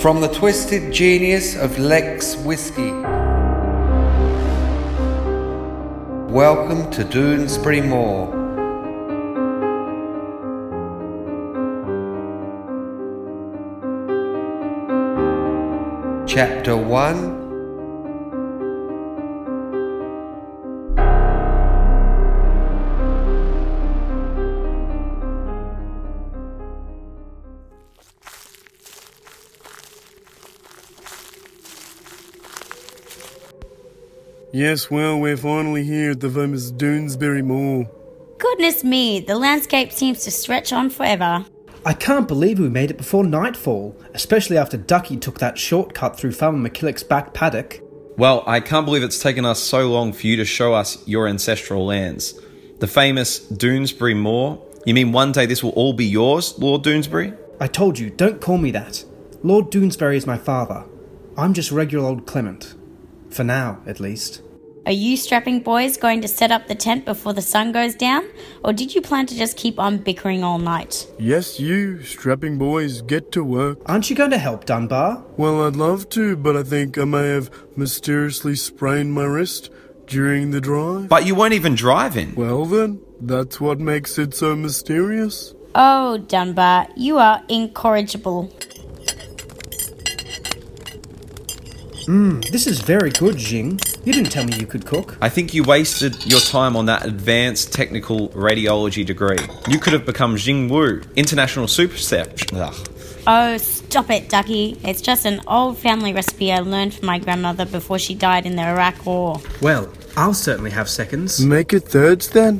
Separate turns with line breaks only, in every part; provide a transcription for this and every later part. From the twisted genius of Lex Whiskey. Welcome to Doonesbury Moor. Chapter 1
Yes, well, we're finally here at the famous Doonesbury Mall.
Goodness me, the landscape seems to stretch on forever.
I can't believe we made it before nightfall, especially after Ducky took that shortcut through Farmer McKillick's back paddock.
Well, I can't believe it's taken us so long for you to show us your ancestral lands. The famous Doonesbury Moor. You mean one day this will all be yours, Lord Doonesbury?
I told you, don't call me that. Lord Doonesbury is my father. I'm just regular old Clement. For now, at least.
Are you strapping boys going to set up the tent before the sun goes down, or did you plan to just keep on bickering all night?
Yes, you, strapping boys, get to work.
Aren't you going to help, Dunbar?
Well, I'd love to, but I think I may have mysteriously sprained my wrist during the drive.
But you weren't even driving.
Well, then, that's what makes it so mysterious.
Oh, Dunbar, you are incorrigible.
This is very good, Jing. You didn't tell me you could cook.
I think you wasted your time on that advanced technical radiology degree. You could have become Jing Wu, international super chef. Ugh.
Oh, stop it, Ducky. It's just an old family recipe I learned from my grandmother before she died in the Iraq War.
Well, I'll certainly have seconds.
Make it thirds then.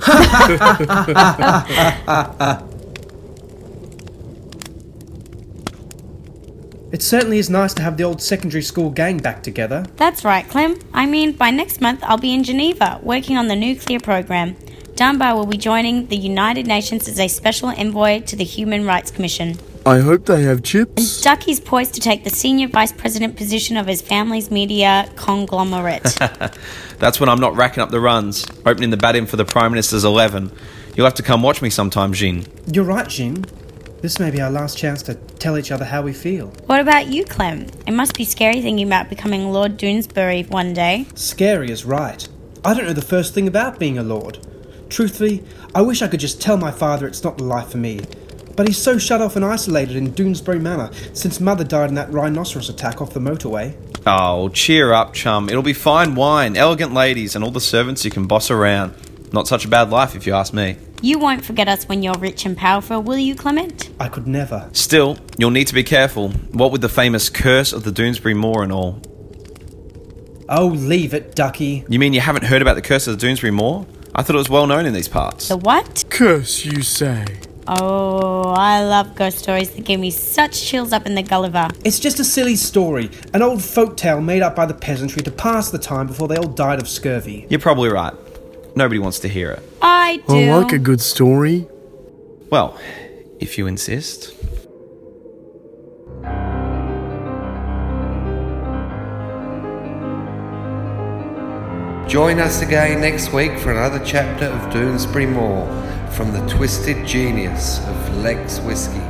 It certainly is nice to have the old secondary school gang back together.
That's right, Clem. I mean, by next month I'll be in Geneva working on the nuclear program. Dunbar will be joining the United Nations as a special envoy to the Human Rights Commission.
I hope they have chips.
Ducky's poised to take the senior vice president position of his family's media conglomerate.
That's when I'm not racking up the runs, opening the batting for the Prime Minister's 11. You'll have to come watch me sometime, Jing.
You're right, Jing. This may be our last chance to tell each other how we feel.
what about you, Clem? It must be scary thinking about becoming Lord Doonesbury one day.
Scary is right. I don't know the first thing about being a lord. Truthfully, I wish I could just tell my father it's not the life for me. But he's so shut off and isolated in Doonesbury Manor since mother died in that rhinoceros attack off the motorway.
Oh, cheer up, chum. It'll be fine wine, elegant ladies, and all the servants you can boss around. Not such a bad life, if you ask me.
You won't forget us when you're rich and powerful, will you, Clement?
I could never.
Still, you'll need to be careful. What with the famous curse of the Doonesbury Moor and all.
Oh, leave it, ducky.
You mean you haven't heard about the curse of the Doonesbury Moor? I thought it was well known in these parts.
The what?
Curse, you say.
Oh, I love ghost stories that give me such chills up in the Gulliver.
It's just a silly story, an old folk tale made up by the peasantry to pass the time before they all died of scurvy.
You're probably right. Nobody wants to hear it.
I do.
I like a good story.
Well, if you insist.
Join us again next week for another chapter of Doonesbury Moor from the twisted genius of Lex Whiskey.